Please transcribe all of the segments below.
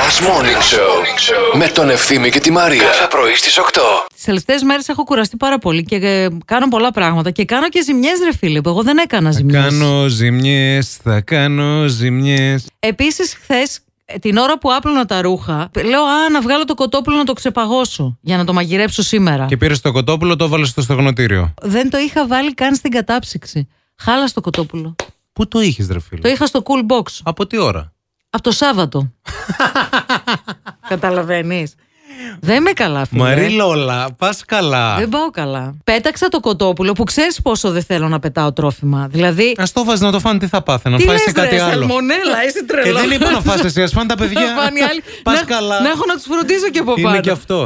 Last Morning Show με τον Ευθύμη και τη Μαρία. Κάθε πρωί στις 8. Τις τελευταίες μέρες έχω κουραστεί πάρα πολύ και ε, κάνω πολλά πράγματα. Και κάνω και ζημιές, ρε φίλε, που εγώ δεν έκανα Θα ζημιές. κάνω ζημιές, θα κάνω ζημιές Επίσης, χθες, ε, την ώρα που άπλωνα τα ρούχα, λέω Α, να βγάλω το κοτόπουλο να το ξεπαγώσω για να το μαγειρέψω σήμερα. Και πήρες το κοτόπουλο, το έβαλες στο στεγνοτήριο Δεν το είχα βάλει καν στην κατάψυξη. Χάλα το κοτόπουλο. Πού το είχες ρε φίλε Το είχα στο cool box. Από τι ώρα Από το Σάββατο. Καταλαβαίνεις. Δεν με καλά, φίλε. Μαρή Λόλα, πας καλά Δεν πάω καλά. Πέταξα το κοτόπουλο που ξέρεις πόσο δεν θέλω να πετάω τρόφιμα. Δηλαδή. Ας το βάζεις να το φάνε τι θα πάθαιναν, τι φάει λες, σε κάτι ρε, άλλο σαλμονέλα, είσαι τρελό. Ε, δεν είπα να φας εσύ, ας φάνε τα παιδιά Να φάνε οι άλλοι. Πας Να- καλά Να έχω να τους φροντίζω και από πάνω. Είναι και αυτό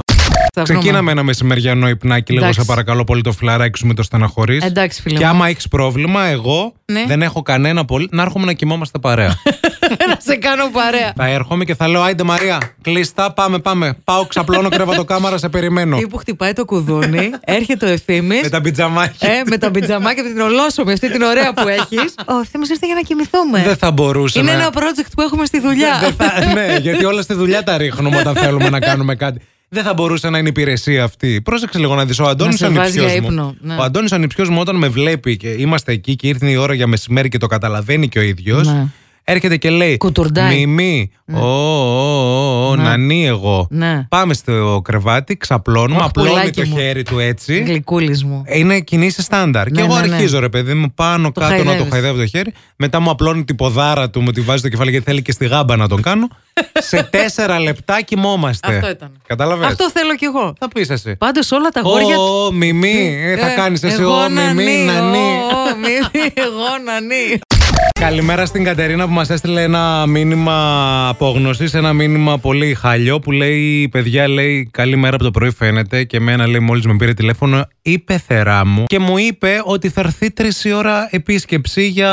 Θα βρούμε. Ξεκίναμε ένα μεσημεριανό υπνάκι λίγο, Εντάξει. σε παρακαλώ πολύ το φιλαράκι με το στεναχωρείς Εντάξει, φίλε Και μου. άμα έχεις πρόβλημα, εγώ Ναι. δεν έχω κανένα πολύ. Να έρχομαι να κοιμόμαστε παρέα. να σε κάνω παρέα. Θα έρχομαι και θα λέω Άιντε Μαρία, κλειστά, πάμε, πάμε. Πάω, ξαπλώνω κρεβατοκάμαρα, σε περιμένω. Ή που χτυπάει το κουδούνι, έρχεται ο ευθύνη. Με τα πιτζαμάκια. ε, με τα πιτζαμάκια, αυτή την ολόσωμη, αυτή την ωραία που έχεις. Ο ευθύνη ήρθε για να κοιμηθούμε. Δεν θα μπορούσε ναι. Είναι να. ένα project που έχουμε στη δουλειά. Δεν θα- ναι, γιατί όλα στη δουλειά τα ρίχνουμε όταν θέλουμε να κάνουμε κάτι. Δεν θα μπορούσε να είναι υπηρεσία αυτή. Πρόσεξε λίγο να δεις. Ο Αντώνης σε ο βάζει ανιψιός για ύπνο, μου. ναι. Ο Αντώνης ανιψιός μου όταν με βλέπει και είμαστε εκεί και ήρθε η ώρα για μεσημέρι και το καταλαβαίνει και ο ίδιος. Ναι. Έρχεται και λέει Κουτουρντάει. Μιμή, ο, ο, ο, ο, νανί εγώ. Ναι. Πάμε στο κρεβάτι, ξαπλώνουμε, Αχ, απλώνει πουλάκι το μου. χέρι του έτσι. Γλυκούλης μου. Είναι κινήσει στάνταρ. Ναι, και εγώ ναι, ναι. αρχίζω, ρε παιδί μου, πάνω Το κάτω να χαϊδεύεις. το χαϊδεύω το χέρι. Μετά μου απλώνει την ποδάρα του, μου τη βάζει το κεφάλι γιατί θέλει και στη γάμπα να τον κάνω. Σε τέσσερα λεπτά κοιμόμαστε. Αυτό ήταν. Κατάλαβε. Αυτό θέλω κι εγώ. Θα πεις εσύ. Πάντως όλα τα γόρια. Ω, ω, μιμή, ε, θα Ε, κάνεις εσύ. εγώ Ω, να μιμή, νι, να ω, νι. ω, μιμή, εγώ να νι. Καλημέρα στην Κατερίνα που μας έστειλε ένα μήνυμα απόγνωσης, ένα μήνυμα πολύ χαλιό που λέει: Παιδιά, λέει καλημέρα από το πρωί φαίνεται και εμένα λέει μόλις με πήρε τηλέφωνο, είπε θερά μου και μου είπε ότι θα έρθει τρεις ώρα επίσκεψη για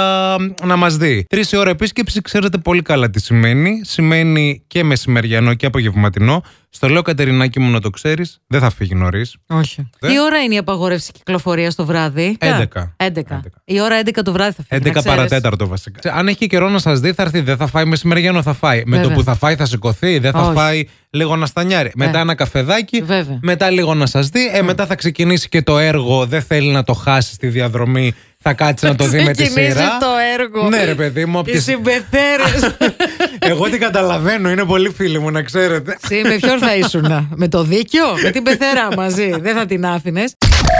να μας δει. Τρεις ώρα επίσκεψη ξέρετε πολύ καλά τι σημαίνει. Σημαίνει και μεσημεριανό και απογευματινό. Στο λέω Κατερινάκη μου να το ξέρεις, δεν θα φύγει νωρίς. Όχι. Ε. Τι ώρα είναι η απαγόρευση κυκλοφορία το βράδυ, 11. 11. Η ώρα 11 το βράδυ θα φύγει. 11 να ξέρεις. παρατέταρτο βασικά. Ξέ- Αν έχει καιρό να σας δει, θα έρθει. Δεν θα φάει μεσημεριανό, θα φάει. Με Βέβαια. το που θα φάει, θα σηκωθεί. Δεν θα Όχι. Ε. φάει λίγο να στανιάρει. Μετά ένα καφεδάκι. Βέβαια. Μετά λίγο να σας δει. Ε, μετά θα ξεκινήσει και το έργο. Δεν θέλει να το χάσει στη διαδρομή. Θα κάτσει να το δει με τη Ξεκινήσει σειρά. το έργο. Ναι, ρε παιδί μου. απ' Οι τις- συμπεθέρες. Εγώ την καταλαβαίνω. Είναι πολύ φίλη μου, να ξέρετε. Συ, με ποιον θα ήσουν, με το δίκιο, με την πεθερά μαζί. Δεν θα την άφηνες.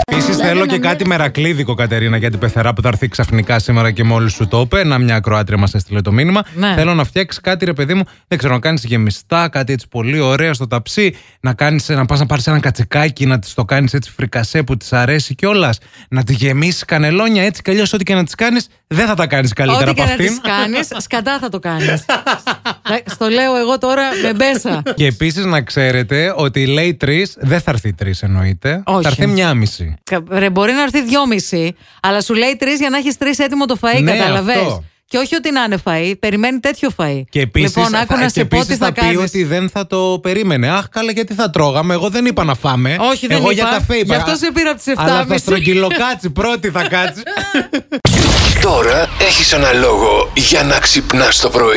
Επίση, θέλω και κάτι μερακλίδικο, Κατερίνα, για την πεθερά που θα έρθει ξαφνικά σήμερα και μόλις σου το είπε. Να μια ακροάτρια μας έστειλε το μήνυμα. Ναι. Θέλω να φτιάξεις κάτι, ρε παιδί μου, δεν ξέρω, να κάνεις γεμιστά, κάτι έτσι πολύ ωραίο στο ταψί. Να, κάνεις, να πας να πάρεις ένα κατσικάκι, να της το κάνεις έτσι φρικασέ που της αρέσει κιόλας. Να τη γεμίσεις κανελόνια έτσι κι αλλιώς, ό,τι και να της κάνεις, δεν θα τα κάνεις καλύτερα Ό,τι από και να αυτήν. της κάνεις, σκατά θα το κάνεις. Στο λέω εγώ τώρα με μπέσα. Και επίσης να ξέρετε ότι λέει τρεις, δεν θα έρθει τρεις εννοείται. Όχι. Θα έρθει μία μισή. Κα- Ρε, μπορεί να έρθει δυόμιση, αλλά σου λέει τρεις για να έχεις τρεις έτοιμο το φαΐ, Ναι, καταλαβες. αυτό. Και όχι ότι να είναι φαΐ, περιμένει τέτοιο φαΐ. Και ε, επίσης λοιπόν, άκου να σε πω τι θα, θα, πει κάνεις. ότι δεν θα το περίμενε. Αχ, καλά, γιατί θα τρώγαμε. Εγώ δεν είπα να φάμε. Όχι, δεν Εγώ είπα. για τα φέι είπα. Γι' αυτό σε πήρα από τις Αλλά 7.30. θα στρογγυλοκάτσει πρώτη θα κάτσει. Τώρα έχεις ένα λόγο για να ξυπνάς το πρωί.